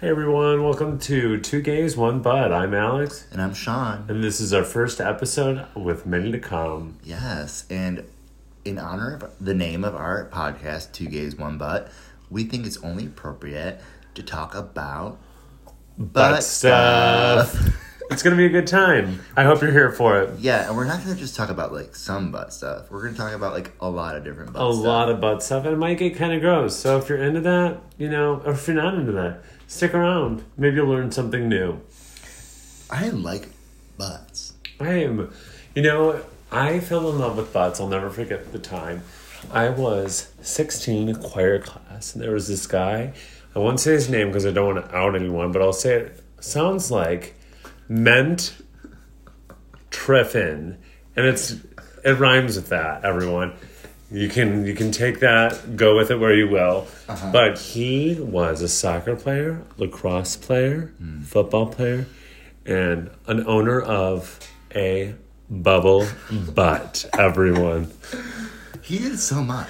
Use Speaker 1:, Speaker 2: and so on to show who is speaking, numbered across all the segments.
Speaker 1: Hey everyone, welcome to Two Gays, One Bud. I'm Alex,
Speaker 2: And I'm Sean.
Speaker 1: and this is our first episode with many to come.
Speaker 2: Yes. And in honor of the name of our podcast, Two Gays, One Butt, we think it's only appropriate to talk about butt,
Speaker 1: it's gonna be a good time. I hope you're here for it.
Speaker 2: Yeah, and we're not going to just talk about like some butt stuff. We're going to talk about like a lot of different butt
Speaker 1: A
Speaker 2: stuff.
Speaker 1: lot of butt stuff, and it might get kind of gross. So if you're into that, you know, or if you're not into that, stick around. Maybe you'll learn something new.
Speaker 2: I like butts.
Speaker 1: I am, you know, I fell in love with butts. I'll never forget the time. I was 16 in choir class, and there was this guy. I won't say his name because I don't want to out anyone, but I'll say it sounds like Ment Treffin, and it's it rhymes with that. Everyone, you can you can take that, go with it where you will. But he was a soccer player, lacrosse player, football player, and an owner of a bubble butt. Everyone,
Speaker 2: He did so much.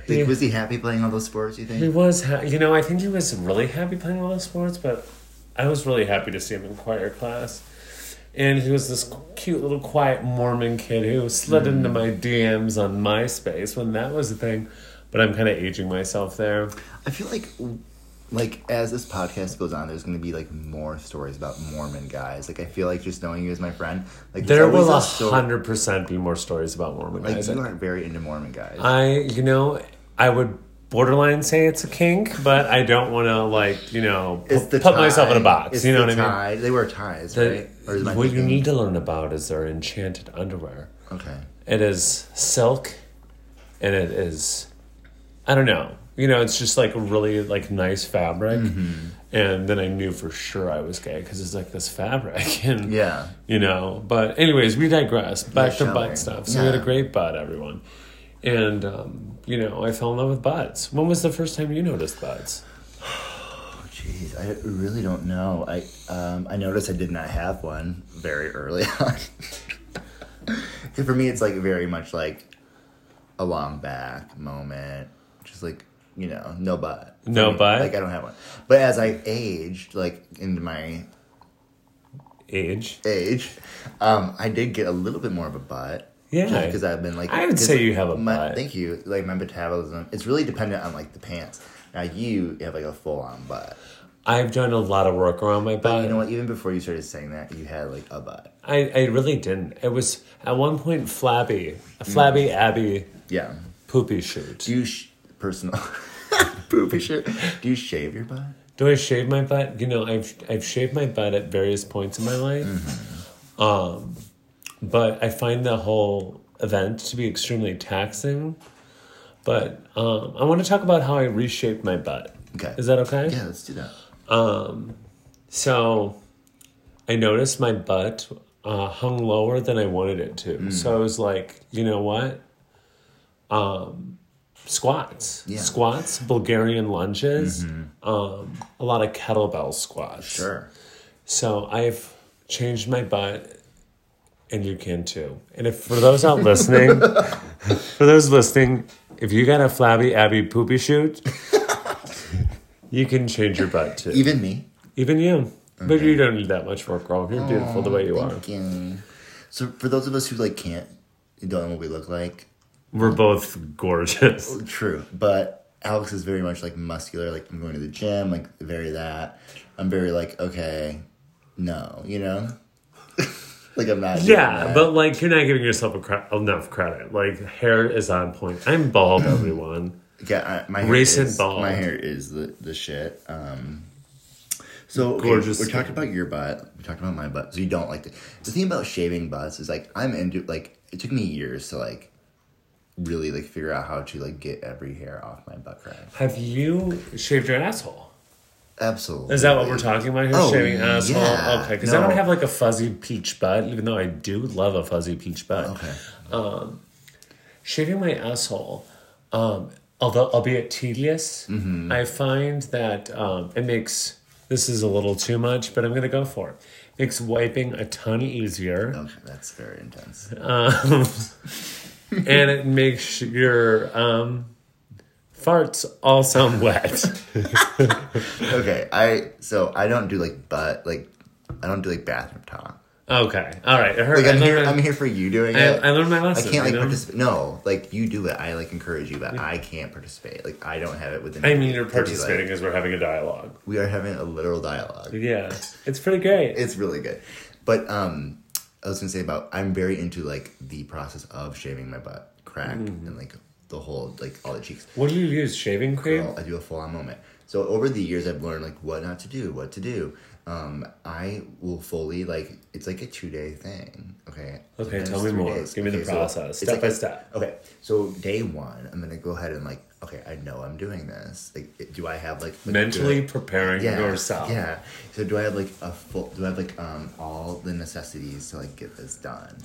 Speaker 2: Like,
Speaker 1: Yeah.
Speaker 2: Was he happy playing all those sports, you
Speaker 1: he
Speaker 2: think?
Speaker 1: was ha- you know I think he was really happy playing all those sports, but I was really happy to see him in choir class. And he was this cute little quiet Mormon kid who slid into my DMs on MySpace when that was a thing. But I'm kind of aging myself there.
Speaker 2: I feel like. Like as this podcast goes on, there's gonna be like more stories about Mormon guys. Like I feel like just knowing you as my friend, like
Speaker 1: There
Speaker 2: there's always
Speaker 1: will
Speaker 2: a sto-
Speaker 1: hundred percent be more stories about Mormon
Speaker 2: Like
Speaker 1: guys.
Speaker 2: you aren't very into Mormon guys.
Speaker 1: I, you know, I would borderline say it's a kink, but I don't want to like, you know, pu-
Speaker 2: it's the
Speaker 1: put myself in a
Speaker 2: tie.
Speaker 1: box.
Speaker 2: It's
Speaker 1: you know
Speaker 2: the
Speaker 1: what I mean?
Speaker 2: tie. They wear ties, right? Or
Speaker 1: The-
Speaker 2: is my
Speaker 1: what you
Speaker 2: thinking-
Speaker 1: need to learn about is their enchanted underwear.
Speaker 2: Okay.
Speaker 1: It is silk, and it is, I don't know. You know, it's just like really like nice fabric.
Speaker 2: Mm-hmm.
Speaker 1: And then I knew for sure I was gay because it's like this fabric and
Speaker 2: Yeah.
Speaker 1: you know. But anyways, we digress. Back to
Speaker 2: shall we?
Speaker 1: butt stuff. So we had
Speaker 2: Yeah.
Speaker 1: a great butt, everyone. And um, you know, I fell in love with butts. When was the first time you noticed butts?
Speaker 2: Oh jeez, I really don't know. I um I noticed I did not have one very early on. 'Cause for me, it's like very much like a long back moment, just like you know, no butt. For
Speaker 1: No
Speaker 2: me,
Speaker 1: butt?
Speaker 2: Like I don't have one. But as I aged, like into my
Speaker 1: Age?
Speaker 2: age, um, I did get a little bit more of a butt.
Speaker 1: Yeah.
Speaker 2: because I've been like,
Speaker 1: I would
Speaker 2: 'cause
Speaker 1: say you have a
Speaker 2: my,
Speaker 1: butt.
Speaker 2: Thank you. Like my metabolism, it's really dependent on like the pants. Now you have like a full on butt.
Speaker 1: I've done a lot of work around my butt.
Speaker 2: You know what? Even before you started saying that, you had like a butt.
Speaker 1: I, I really didn't. It was at one point flabby, a flabby Abby
Speaker 2: Yeah.
Speaker 1: poopy shoot.
Speaker 2: Do Mm. you sh- personal poopy shit? Do you shave your butt?
Speaker 1: Do I shave my butt? You know, I've I've shaved my butt at various points in my life,
Speaker 2: Mm-hmm.
Speaker 1: um, but I find the whole event to be extremely taxing. But um, I want to talk about how I reshaped my butt.
Speaker 2: Okay.
Speaker 1: Is that okay?
Speaker 2: Yeah, let's do that.
Speaker 1: So I noticed my butt uh, hung lower than I wanted it to.
Speaker 2: Hmm.
Speaker 1: So I was like, you know what? Um, squats,
Speaker 2: Yeah. Mm-hmm.
Speaker 1: squats, Bulgarian lunges, um, a lot of kettlebell squats.
Speaker 2: Sure.
Speaker 1: So I've changed my butt, and you can too. And if for those out listening, for those listening, if you got a flabby Abby poopy shoot, you can change your butt too.
Speaker 2: Even me.
Speaker 1: Even you. But you don't need that much work, girl. You're beautiful the way you are.
Speaker 2: Thank you. So for those of us who like can't, don't know what we look like.
Speaker 1: We're both gorgeous.
Speaker 2: True, but Alex is very much like muscular. Like I'm going to the gym. Like very that. I'm very like okay, no, you know, like I'm not. doing
Speaker 1: Yeah,
Speaker 2: that.
Speaker 1: but like you're not giving yourself a cre- enough credit. Like hair is on point. I'm bald, everyone.
Speaker 2: yeah, I, my hair
Speaker 1: Recent
Speaker 2: is,
Speaker 1: bald.
Speaker 2: My hair is the the shit. Um, so okay,
Speaker 1: Gorgeous
Speaker 2: We're
Speaker 1: skin.
Speaker 2: talking about your butt. We talked about my butt. So you don't like the the thing about shaving butts is like I'm into like it took me years to like really like figure out how to like get every hair off my butt crack.
Speaker 1: Have you shaved your asshole?
Speaker 2: Absolutely.
Speaker 1: Is that what we're talking about here?
Speaker 2: Oh,
Speaker 1: Shaving asshole?
Speaker 2: yeah.
Speaker 1: Okay, because I
Speaker 2: No.
Speaker 1: don't have like a fuzzy peach butt, even though I do love a fuzzy peach butt.
Speaker 2: Okay.
Speaker 1: Shaving my asshole, um, although albeit tedious,
Speaker 2: Mm-hmm.
Speaker 1: I find that um, it makes this is a little too much, but I'm going to go for it. Makes wiping a ton easier,
Speaker 2: Okay, that's very intense.
Speaker 1: um, and it makes your um, Farts all sound wet.
Speaker 2: Okay, I so I don't do like butt like I don't do like bathroom talk.
Speaker 1: okay. All right. I heard.
Speaker 2: Like
Speaker 1: I
Speaker 2: I'm here,
Speaker 1: learned-
Speaker 2: I'm here for you doing
Speaker 1: I,
Speaker 2: it.
Speaker 1: I learned my
Speaker 2: I
Speaker 1: lesson.
Speaker 2: can't like
Speaker 1: you know?
Speaker 2: participate. No, like you do it. I like encourage you, but I can't participate. Like I don't have it within.
Speaker 1: I
Speaker 2: me
Speaker 1: mean, you're
Speaker 2: to be, like-
Speaker 1: participating because we're having a dialogue.
Speaker 2: we are having a literal dialogue.
Speaker 1: Yeah, it's pretty great.
Speaker 2: It's really good, but um, I was gonna say about I'm very into like the process of shaving my butt crack
Speaker 1: Mm.
Speaker 2: and like the whole like all the cheeks.
Speaker 1: what do you use? Shaving cream?
Speaker 2: Well, I do a full on moment. So over the years, I've learned like what not to do, what to do. Um, I will fully like it's like a two day thing. Okay.
Speaker 1: Okay,
Speaker 2: Sometimes
Speaker 1: tell me
Speaker 2: three
Speaker 1: more. Give me the
Speaker 2: so
Speaker 1: process,
Speaker 2: it's
Speaker 1: step
Speaker 2: like
Speaker 1: by
Speaker 2: a-
Speaker 1: step.
Speaker 2: Okay, so day one, I'm gonna go ahead and like, okay, I know I'm doing this. Like, it- do I have like a
Speaker 1: Mentally
Speaker 2: good-
Speaker 1: preparing
Speaker 2: yeah,
Speaker 1: yourself.
Speaker 2: Yeah. So do I have like a full? Do I have like um all the necessities to like get this done?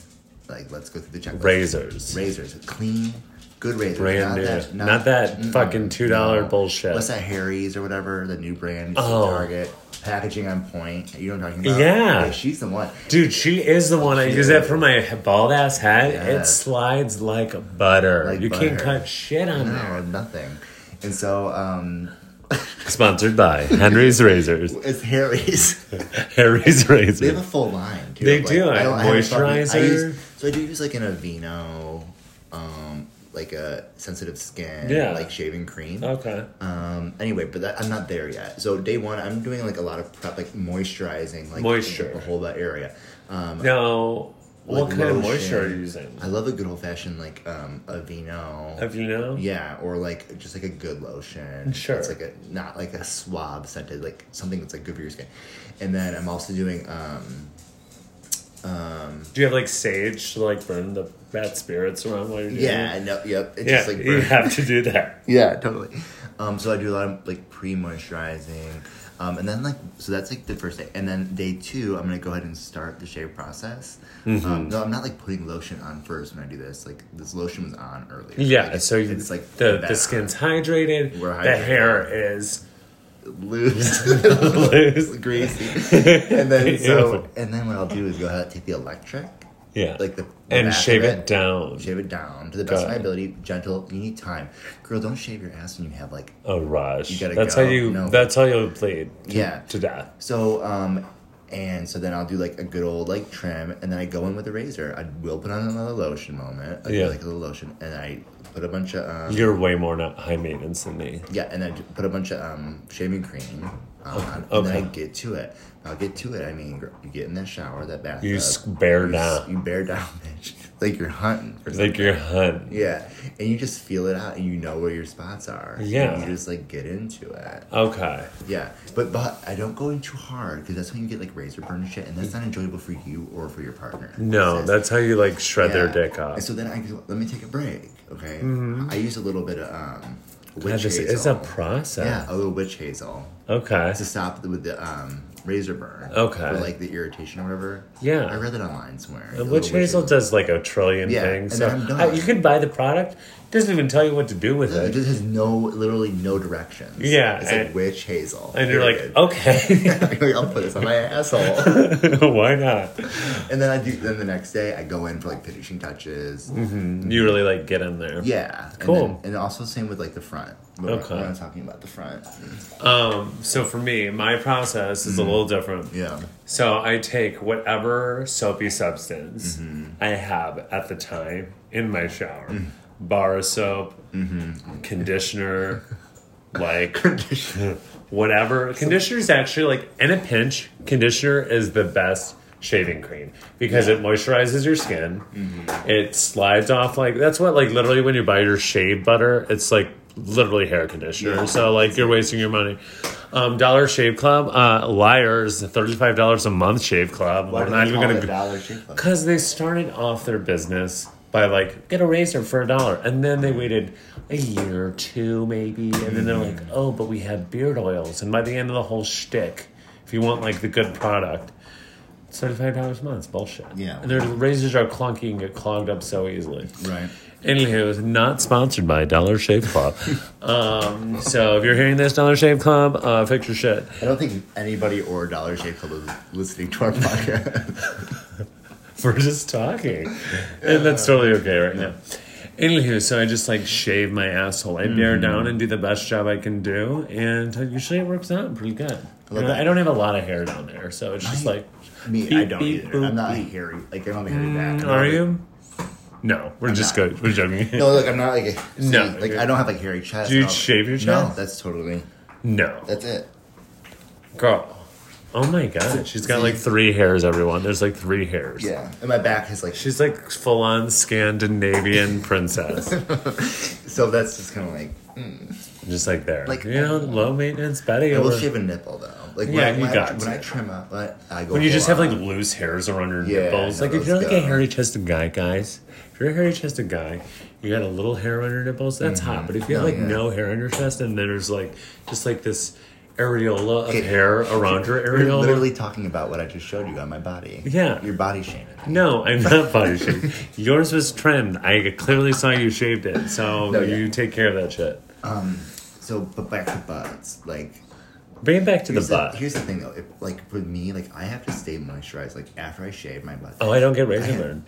Speaker 2: Like, let's go through the checklist.
Speaker 1: Razors.
Speaker 2: Razors, clean, good razors.
Speaker 1: Brand new. Not that fucking $2 bullshit.
Speaker 2: What's that Harry's or whatever? The new brand from
Speaker 1: Oh.
Speaker 2: Target. Packaging on point. You know what I'm talking about?
Speaker 1: Yeah.
Speaker 2: she's the one.
Speaker 1: Dude, she is the one. I
Speaker 2: She
Speaker 1: use that
Speaker 2: is.
Speaker 1: for my bald ass head. It
Speaker 2: Yes.
Speaker 1: slides like butter.
Speaker 2: Like
Speaker 1: you can't
Speaker 2: butter.
Speaker 1: cut shit on there.
Speaker 2: No, nothing. And so, um,
Speaker 1: Sponsored by Henry's Razors.
Speaker 2: it's Harry's.
Speaker 1: Harry's
Speaker 2: They have a
Speaker 1: Razors.
Speaker 2: full line too.
Speaker 1: They
Speaker 2: Like,
Speaker 1: do,
Speaker 2: I
Speaker 1: a
Speaker 2: don't have a fucking- I
Speaker 1: moisturizer.
Speaker 2: use- so I do use like an Aveeno, um, like a sensitive skin,
Speaker 1: Yeah.
Speaker 2: like shaving cream.
Speaker 1: Okay.
Speaker 2: Um. Anyway, but that, I'm not there yet. So day one, I'm doing like a lot of prep, like moisturizing, like
Speaker 1: Moisture.
Speaker 2: the whole that area. Um,
Speaker 1: Now, what
Speaker 2: like
Speaker 1: kind of
Speaker 2: lotion.
Speaker 1: moisture are you using?
Speaker 2: I love a good old fashioned like um Aveeno.
Speaker 1: Have you know?
Speaker 2: yeah, or like just like a good lotion.
Speaker 1: Sure.
Speaker 2: It's like a not like a swab scented, like something that's like good for your skin. And then I'm also doing um
Speaker 1: Do you have like sage to like burn the bad spirits around while you're doing
Speaker 2: yeah,
Speaker 1: it?
Speaker 2: I know yep. It's
Speaker 1: Yeah,
Speaker 2: just like
Speaker 1: you
Speaker 2: burn-
Speaker 1: have to do that.
Speaker 2: Yeah, totally. Um, so I do a lot of like pre moisturizing. Um, and then like so that's like the first day. And then day two, I'm gonna go ahead and start the shave process.
Speaker 1: Mm-hmm.
Speaker 2: Um, no, I'm not like putting lotion on first when I do this. Like this lotion was on earlier.
Speaker 1: Yeah,
Speaker 2: Like,
Speaker 1: so you,
Speaker 2: it's like
Speaker 1: the,
Speaker 2: that
Speaker 1: the skin's hydrated,
Speaker 2: We're
Speaker 1: the
Speaker 2: hydrated.
Speaker 1: hair is
Speaker 2: loose,
Speaker 1: loose.
Speaker 2: greasy. And then so
Speaker 1: Beautiful.
Speaker 2: and then what I'll do is go ahead and take the electric,
Speaker 1: Yeah.
Speaker 2: like the, the
Speaker 1: and
Speaker 2: back
Speaker 1: shave
Speaker 2: of
Speaker 1: it down.
Speaker 2: Shave it down to the best of
Speaker 1: Got
Speaker 2: my
Speaker 1: it.
Speaker 2: ability, gentle. You need time, girl. Don't shave your ass when you have like
Speaker 1: Oh, Raj.
Speaker 2: You gotta
Speaker 1: that's
Speaker 2: go.
Speaker 1: how you.
Speaker 2: No.
Speaker 1: That's how you'll plead
Speaker 2: yeah.
Speaker 1: to death.
Speaker 2: So, um, and so then I'll do like a good old like trim, and then I go in with a razor. I will put on another lotion moment. I
Speaker 1: Yeah.
Speaker 2: do like a little lotion, and I put a bunch of um,
Speaker 1: You're way more not high maintenance than me.
Speaker 2: yeah, and I ju- put a bunch of um shaving cream on, and
Speaker 1: okay.
Speaker 2: then I get to it. I'll get to it. I mean, girl, you get in that shower, that bathtub,
Speaker 1: You s- bear
Speaker 2: you s-
Speaker 1: down.
Speaker 2: you bear down, bitch, like you're hunting. For
Speaker 1: Like you're hun.
Speaker 2: yeah, and you just feel it out, and you know where your spots are. and
Speaker 1: Yeah.
Speaker 2: you just like get into it.
Speaker 1: Okay.
Speaker 2: Yeah, but but I don't go in too hard because that's when you get like razor burn and shit, and that's not enjoyable for you or for your partner.
Speaker 1: No,
Speaker 2: Says-
Speaker 1: that's how you like shred their
Speaker 2: Yeah.
Speaker 1: dick off. Mm-hmm.
Speaker 2: And so then I go, let me take a break. Okay, I use a little bit of um, witch
Speaker 1: God, this
Speaker 2: hazel.
Speaker 1: is a process.
Speaker 2: yeah, a little witch hazel
Speaker 1: Okay.
Speaker 2: to stop the, with the um razor burn.
Speaker 1: Okay.
Speaker 2: for like the irritation or whatever.
Speaker 1: Yeah.
Speaker 2: I read that online somewhere. The
Speaker 1: The
Speaker 2: little
Speaker 1: witch hazel does like a trillion
Speaker 2: Yeah,
Speaker 1: things.
Speaker 2: and
Speaker 1: So
Speaker 2: then I'm done.
Speaker 1: uh, you can buy the product. Doesn't even tell you what to do with
Speaker 2: It
Speaker 1: it.
Speaker 2: just has no, literally no directions.
Speaker 1: Yeah,
Speaker 2: it's
Speaker 1: and-
Speaker 2: like witch hazel,
Speaker 1: And you're like, "Oh."
Speaker 2: period.
Speaker 1: okay,
Speaker 2: I'll put this on my asshole.
Speaker 1: why not?
Speaker 2: And then I do. Then the next day, I go in for like finishing touches.
Speaker 1: You really like get in there.
Speaker 2: Yeah,
Speaker 1: Mm. Cool.
Speaker 2: And, then, and also same with like the front. We're,
Speaker 1: Okay.
Speaker 2: we're not talking about the front.
Speaker 1: Um. So for me, my process
Speaker 2: Mm.
Speaker 1: is a little different.
Speaker 2: Yeah.
Speaker 1: So I take whatever soapy substance I have at the time in my shower. Bar of soap, conditioner, like whatever. Conditioner's actually like in a pinch, conditioner is the best shaving cream because it moisturizes your skin.
Speaker 2: Mm-hmm.
Speaker 1: It slides off like that's what like literally when you buy your shave butter, it's like literally hair conditioner.
Speaker 2: Yeah.
Speaker 1: So like you're wasting your money. Um, Dollar Shave Club, uh, liars, thirty five dollars a month shave club. We're
Speaker 2: do
Speaker 1: not
Speaker 2: they
Speaker 1: even
Speaker 2: call
Speaker 1: gonna
Speaker 2: it Dollar Shave Club?
Speaker 1: because they started off their business by like get a razor for a dollar, and then they waited a year or two maybe, and then they're like, oh, but we have beard oils, and by the end of the whole shtick, if you want like the good product, it's thirty five dollars a month. It's bullshit.
Speaker 2: Yeah.
Speaker 1: and their razors are clunky and get clogged up so easily.
Speaker 2: Right.
Speaker 1: Anywho, it's not sponsored by Dollar Shave Club. um, so if you're hearing this, Dollar Shave Club, uh, fix your shit.
Speaker 2: I don't think anybody or Dollar Shave Club is listening to our podcast.
Speaker 1: We're just talking. And that's totally okay right now. Anywho, so I just like shave my asshole. I
Speaker 2: Mm-hmm.
Speaker 1: bear down and do the best job I can do, and uh, usually it works out pretty good. You know,
Speaker 2: that.
Speaker 1: I don't have a lot of hair down there, so it's just like,
Speaker 2: Me, I
Speaker 1: Beep,
Speaker 2: don't
Speaker 1: beep,
Speaker 2: either.
Speaker 1: boop,
Speaker 2: I'm not
Speaker 1: beep.
Speaker 2: hairy. Like, I'm not hairy back. I'm
Speaker 1: are
Speaker 2: not-
Speaker 1: you? No, we're just
Speaker 2: not.
Speaker 1: good. We're joking.
Speaker 2: No, look, I'm not like a. See,
Speaker 1: No,
Speaker 2: Like,
Speaker 1: you're-
Speaker 2: I don't have like hairy chest.
Speaker 1: Do you
Speaker 2: No.
Speaker 1: shave your
Speaker 2: No,
Speaker 1: chest?
Speaker 2: that's totally me.
Speaker 1: No,
Speaker 2: That's it.
Speaker 1: girl. Oh my god, she's got like three hairs. Everyone, there's like three hairs.
Speaker 2: Yeah. And my back is like.
Speaker 1: She's like full on Scandinavian princess.
Speaker 2: So that's just kind of like.
Speaker 1: just like there.
Speaker 2: Like-
Speaker 1: you know, low maintenance Betty.
Speaker 2: I will
Speaker 1: over-
Speaker 2: shave a nipple though. Like when
Speaker 1: Yeah,
Speaker 2: I,
Speaker 1: you
Speaker 2: when, I,
Speaker 1: got
Speaker 2: when I
Speaker 1: to.
Speaker 2: trim up, but I go.
Speaker 1: when you just
Speaker 2: full
Speaker 1: have like
Speaker 2: on.
Speaker 1: loose hairs around your
Speaker 2: Yeah,
Speaker 1: nipples.
Speaker 2: no,
Speaker 1: Like if
Speaker 2: those
Speaker 1: you're like a
Speaker 2: go.
Speaker 1: hairy chested guy, guys, if you're a hairy chested guy, you got a little hair on your nipples, that's hot. But if you have
Speaker 2: Oh,
Speaker 1: like
Speaker 2: yeah.
Speaker 1: no hair on your chest and then there's like just like this areola of
Speaker 2: Okay.
Speaker 1: hair around your
Speaker 2: You're
Speaker 1: areola.
Speaker 2: literally talking about what I just showed you on my body.
Speaker 1: Yeah.
Speaker 2: Your body shaming.
Speaker 1: no, I'm not body shaving. Yours was trimmed. I clearly saw you shaved it, so
Speaker 2: No, yeah.
Speaker 1: you take care of that shit.
Speaker 2: So, but back to butts. Like,
Speaker 1: Bring it back to the
Speaker 2: here's,
Speaker 1: butt.
Speaker 2: The, here's the thing though. If, like, with me, like, I have to stay moisturized. Like, after I shave my butt.
Speaker 1: oh, I don't get razor
Speaker 2: I-
Speaker 1: burn.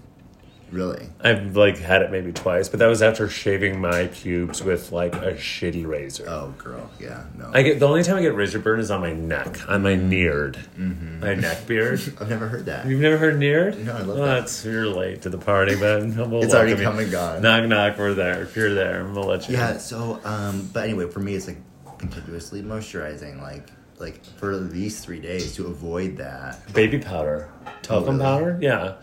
Speaker 2: Really?
Speaker 1: I've like had it maybe twice, but that was after shaving my pubes with like a shitty razor.
Speaker 2: Oh, girl. Yeah. No.
Speaker 1: I get the only time I get razor burn is on my neck, on my neared, my neck beard.
Speaker 2: I've never heard that.
Speaker 1: You've never heard neared?
Speaker 2: Mm-hmm. No, I love
Speaker 1: well,
Speaker 2: that.
Speaker 1: That's you're late to the party, but we'll
Speaker 2: It's already
Speaker 1: welcome you.
Speaker 2: come and gone.
Speaker 1: Knock knock, we're there. If you're there, we'll let you.
Speaker 2: Yeah. So, um, but anyway, for me, it's like continuously moisturizing, like, like for at least three days to avoid that.
Speaker 1: Baby powder, talcum
Speaker 2: really?
Speaker 1: powder. Yeah,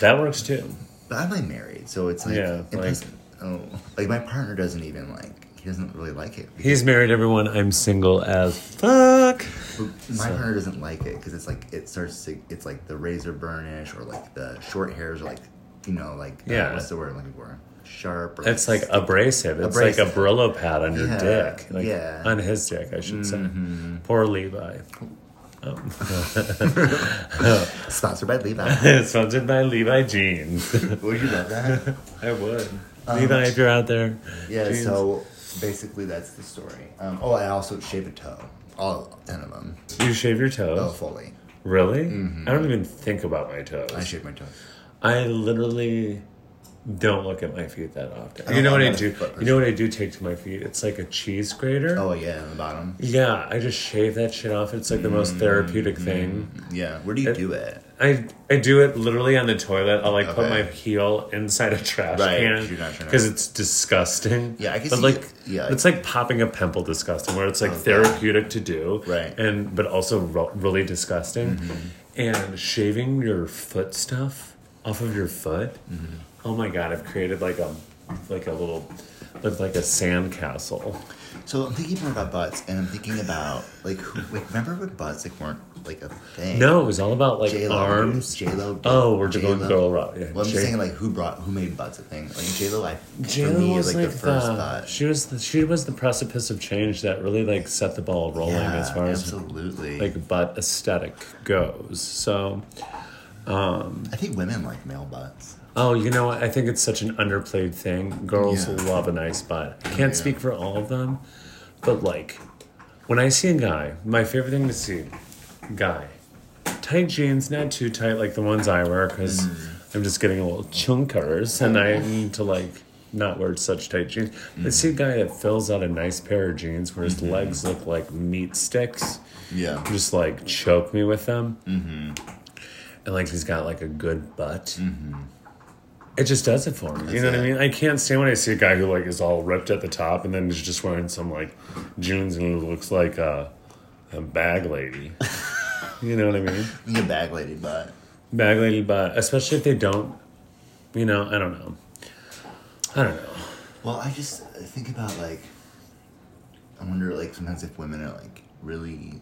Speaker 1: that works too.
Speaker 2: But I'm like married, so it's like,
Speaker 1: Yeah,
Speaker 2: yeah,
Speaker 1: like-
Speaker 2: like, oh, like my partner doesn't even like. He doesn't really like it.
Speaker 1: He's married, everyone. I'm single as fuck.
Speaker 2: But my partner doesn't like it because it's like it starts to. It's like the razor burnish or like the short hairs or like you know like uh,
Speaker 1: Yeah.
Speaker 2: what's the word I'm looking for? Sharp. Or
Speaker 1: It's like abrasive. It's like a
Speaker 2: Abrasive.
Speaker 1: Brillo pad on your
Speaker 2: Yeah,
Speaker 1: dick. Like,
Speaker 2: yeah. Mm.
Speaker 1: On his dick, I should
Speaker 2: Mm-hmm.
Speaker 1: say. Poor Levi. um,
Speaker 2: sponsored by Levi.
Speaker 1: Sponsored by Levi Jeans.
Speaker 2: Would you love that?
Speaker 1: I would. Um, Levi, if you're out there.
Speaker 2: Yeah.
Speaker 1: Jeans.
Speaker 2: So basically, that's the story. Um, oh, I also shave a toe, all ten of them.
Speaker 1: You shave your
Speaker 2: Oh,
Speaker 1: toes?
Speaker 2: fully.
Speaker 1: Really? I don't even think about my toes.
Speaker 2: I shave my toes.
Speaker 1: I literally don't look at my feet that often.
Speaker 2: don't-
Speaker 1: You know what
Speaker 2: I'm
Speaker 1: I
Speaker 2: not a
Speaker 1: do?
Speaker 2: foot
Speaker 1: You know what I do take to my feet? It's like a cheese grater.
Speaker 2: Oh yeah, on the bottom.
Speaker 1: Yeah, I just shave that shit off. It's like the most therapeutic thing.
Speaker 2: Yeah. Where do you do it?
Speaker 1: I I do it literally on the toilet. I'll like put my
Speaker 2: Okay.
Speaker 1: heel inside a trash
Speaker 2: Right,
Speaker 1: can
Speaker 2: 'cause you're not trying to-
Speaker 1: because it's disgusting.
Speaker 2: Yeah, I can
Speaker 1: but
Speaker 2: see
Speaker 1: like
Speaker 2: it. Yeah, I
Speaker 1: it's like popping a pimple, disgusting. Where it's like therapeutic to do,
Speaker 2: Right. Mm-hmm.
Speaker 1: And but also ro- really disgusting. And shaving your foot stuff off of your foot.
Speaker 2: Mm-hmm.
Speaker 1: Oh my god, I've created like a like a little like like a sandcastle.
Speaker 2: So I'm thinking more about butts, and I'm thinking about like who? Like, remember when butts like weren't like a thing?
Speaker 1: No, it was all about like
Speaker 2: J-Lo,
Speaker 1: arms.
Speaker 2: J Lo.
Speaker 1: Oh, we're going girl rock. Yeah,
Speaker 2: Well, I'm
Speaker 1: J-
Speaker 2: just saying like who brought who made butts a thing? Like J Lo, I
Speaker 1: J
Speaker 2: for me
Speaker 1: Lo
Speaker 2: is
Speaker 1: was uh,
Speaker 2: like, the first butt.
Speaker 1: she was the, she was the precipice of change that really like set the ball rolling
Speaker 2: Yeah,
Speaker 1: as far as
Speaker 2: absolutely.
Speaker 1: like butt aesthetic goes. So,
Speaker 2: I think women like male butts.
Speaker 1: oh, you know, what? I think it's such an underplayed thing. Girls
Speaker 2: Yeah.
Speaker 1: love a nice butt. I can't speak for all of them, but like when I see a guy, my favorite thing to see, guy, tight jeans, not too tight like the ones I wear because I'm just getting a little chunkers and I need to like not wear such tight jeans. I see a guy that fills out a nice pair of jeans where his legs look like meat sticks.
Speaker 2: Yeah.
Speaker 1: Just like choke me with them. Mm-hmm. And like he's got like a good butt. Mm-hmm. It just does it for me. you know what I
Speaker 2: it.
Speaker 1: mean? I can't stand when I see a guy who like is all ripped at the top and then is just wearing some like jeans and looks like a, a bag lady. you know what I mean?
Speaker 2: You get bag lady butt.
Speaker 1: Bag lady butt, especially if they don't. You know, I don't know. I don't know.
Speaker 2: Well, I just think about like I wonder like sometimes if women are like really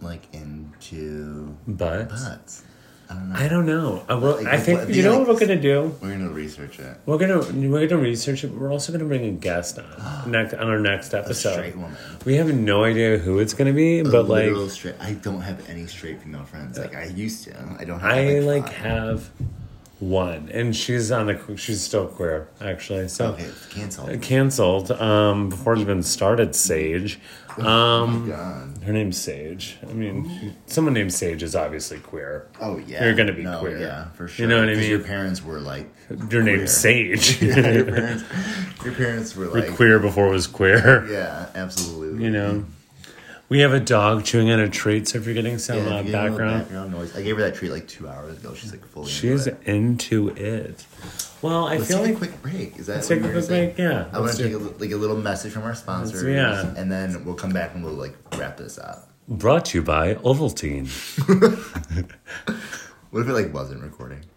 Speaker 2: like into
Speaker 1: But
Speaker 2: butts. I don't know.
Speaker 1: I don't know. I, will,
Speaker 2: Like,
Speaker 1: I think
Speaker 2: what-
Speaker 1: you know
Speaker 2: like-
Speaker 1: what we're gonna do.
Speaker 2: We're gonna research it.
Speaker 1: We're gonna we're gonna research it. but We're also gonna bring a guest on next on our next episode.
Speaker 2: straight woman.
Speaker 1: We have no idea who it's gonna be,
Speaker 2: A
Speaker 1: but like
Speaker 2: literal straight. I don't have any straight female friends. Like I used to. I don't have.
Speaker 1: I
Speaker 2: like,
Speaker 1: like
Speaker 2: five.
Speaker 1: have one, and she's on the she's still queer actually. So
Speaker 2: Okay, it's canceled.
Speaker 1: canceled um, before it even started. Sage,
Speaker 2: Oh,
Speaker 1: um,
Speaker 2: God.
Speaker 1: her name's Sage. I mean, she- someone named Sage is obviously queer.
Speaker 2: Oh yeah.
Speaker 1: You're gonna be
Speaker 2: no,
Speaker 1: queer.
Speaker 2: Yeah, for
Speaker 1: You
Speaker 2: sure.
Speaker 1: know what I
Speaker 2: 'Cause Your
Speaker 1: mean?
Speaker 2: parents were like.
Speaker 1: Your
Speaker 2: Queer.
Speaker 1: name's Sage.
Speaker 2: Yeah, your parents. Your parents were like.
Speaker 1: queer before it was queer.
Speaker 2: Yeah, absolutely.
Speaker 1: You know, we have a dog chewing on a treat. So if you're getting some
Speaker 2: Yeah,
Speaker 1: uh,
Speaker 2: if you get a little
Speaker 1: background,
Speaker 2: background noise. I gave her that treat like two hours ago. She's like fully.
Speaker 1: she's
Speaker 2: Into it.
Speaker 1: into it. Well, I
Speaker 2: Let's
Speaker 1: feel
Speaker 2: take
Speaker 1: like
Speaker 2: a quick break. Is that
Speaker 1: Let's
Speaker 2: what
Speaker 1: take a
Speaker 2: you were
Speaker 1: quick
Speaker 2: saying?
Speaker 1: break, yeah.
Speaker 2: I want
Speaker 1: Let's
Speaker 2: to
Speaker 1: do-
Speaker 2: take a, li- like a little message from our sponsors.
Speaker 1: yeah.
Speaker 2: And then we'll come back and we'll like wrap this up.
Speaker 1: brought to you by Ovaltine.
Speaker 2: What if it like wasn't recording?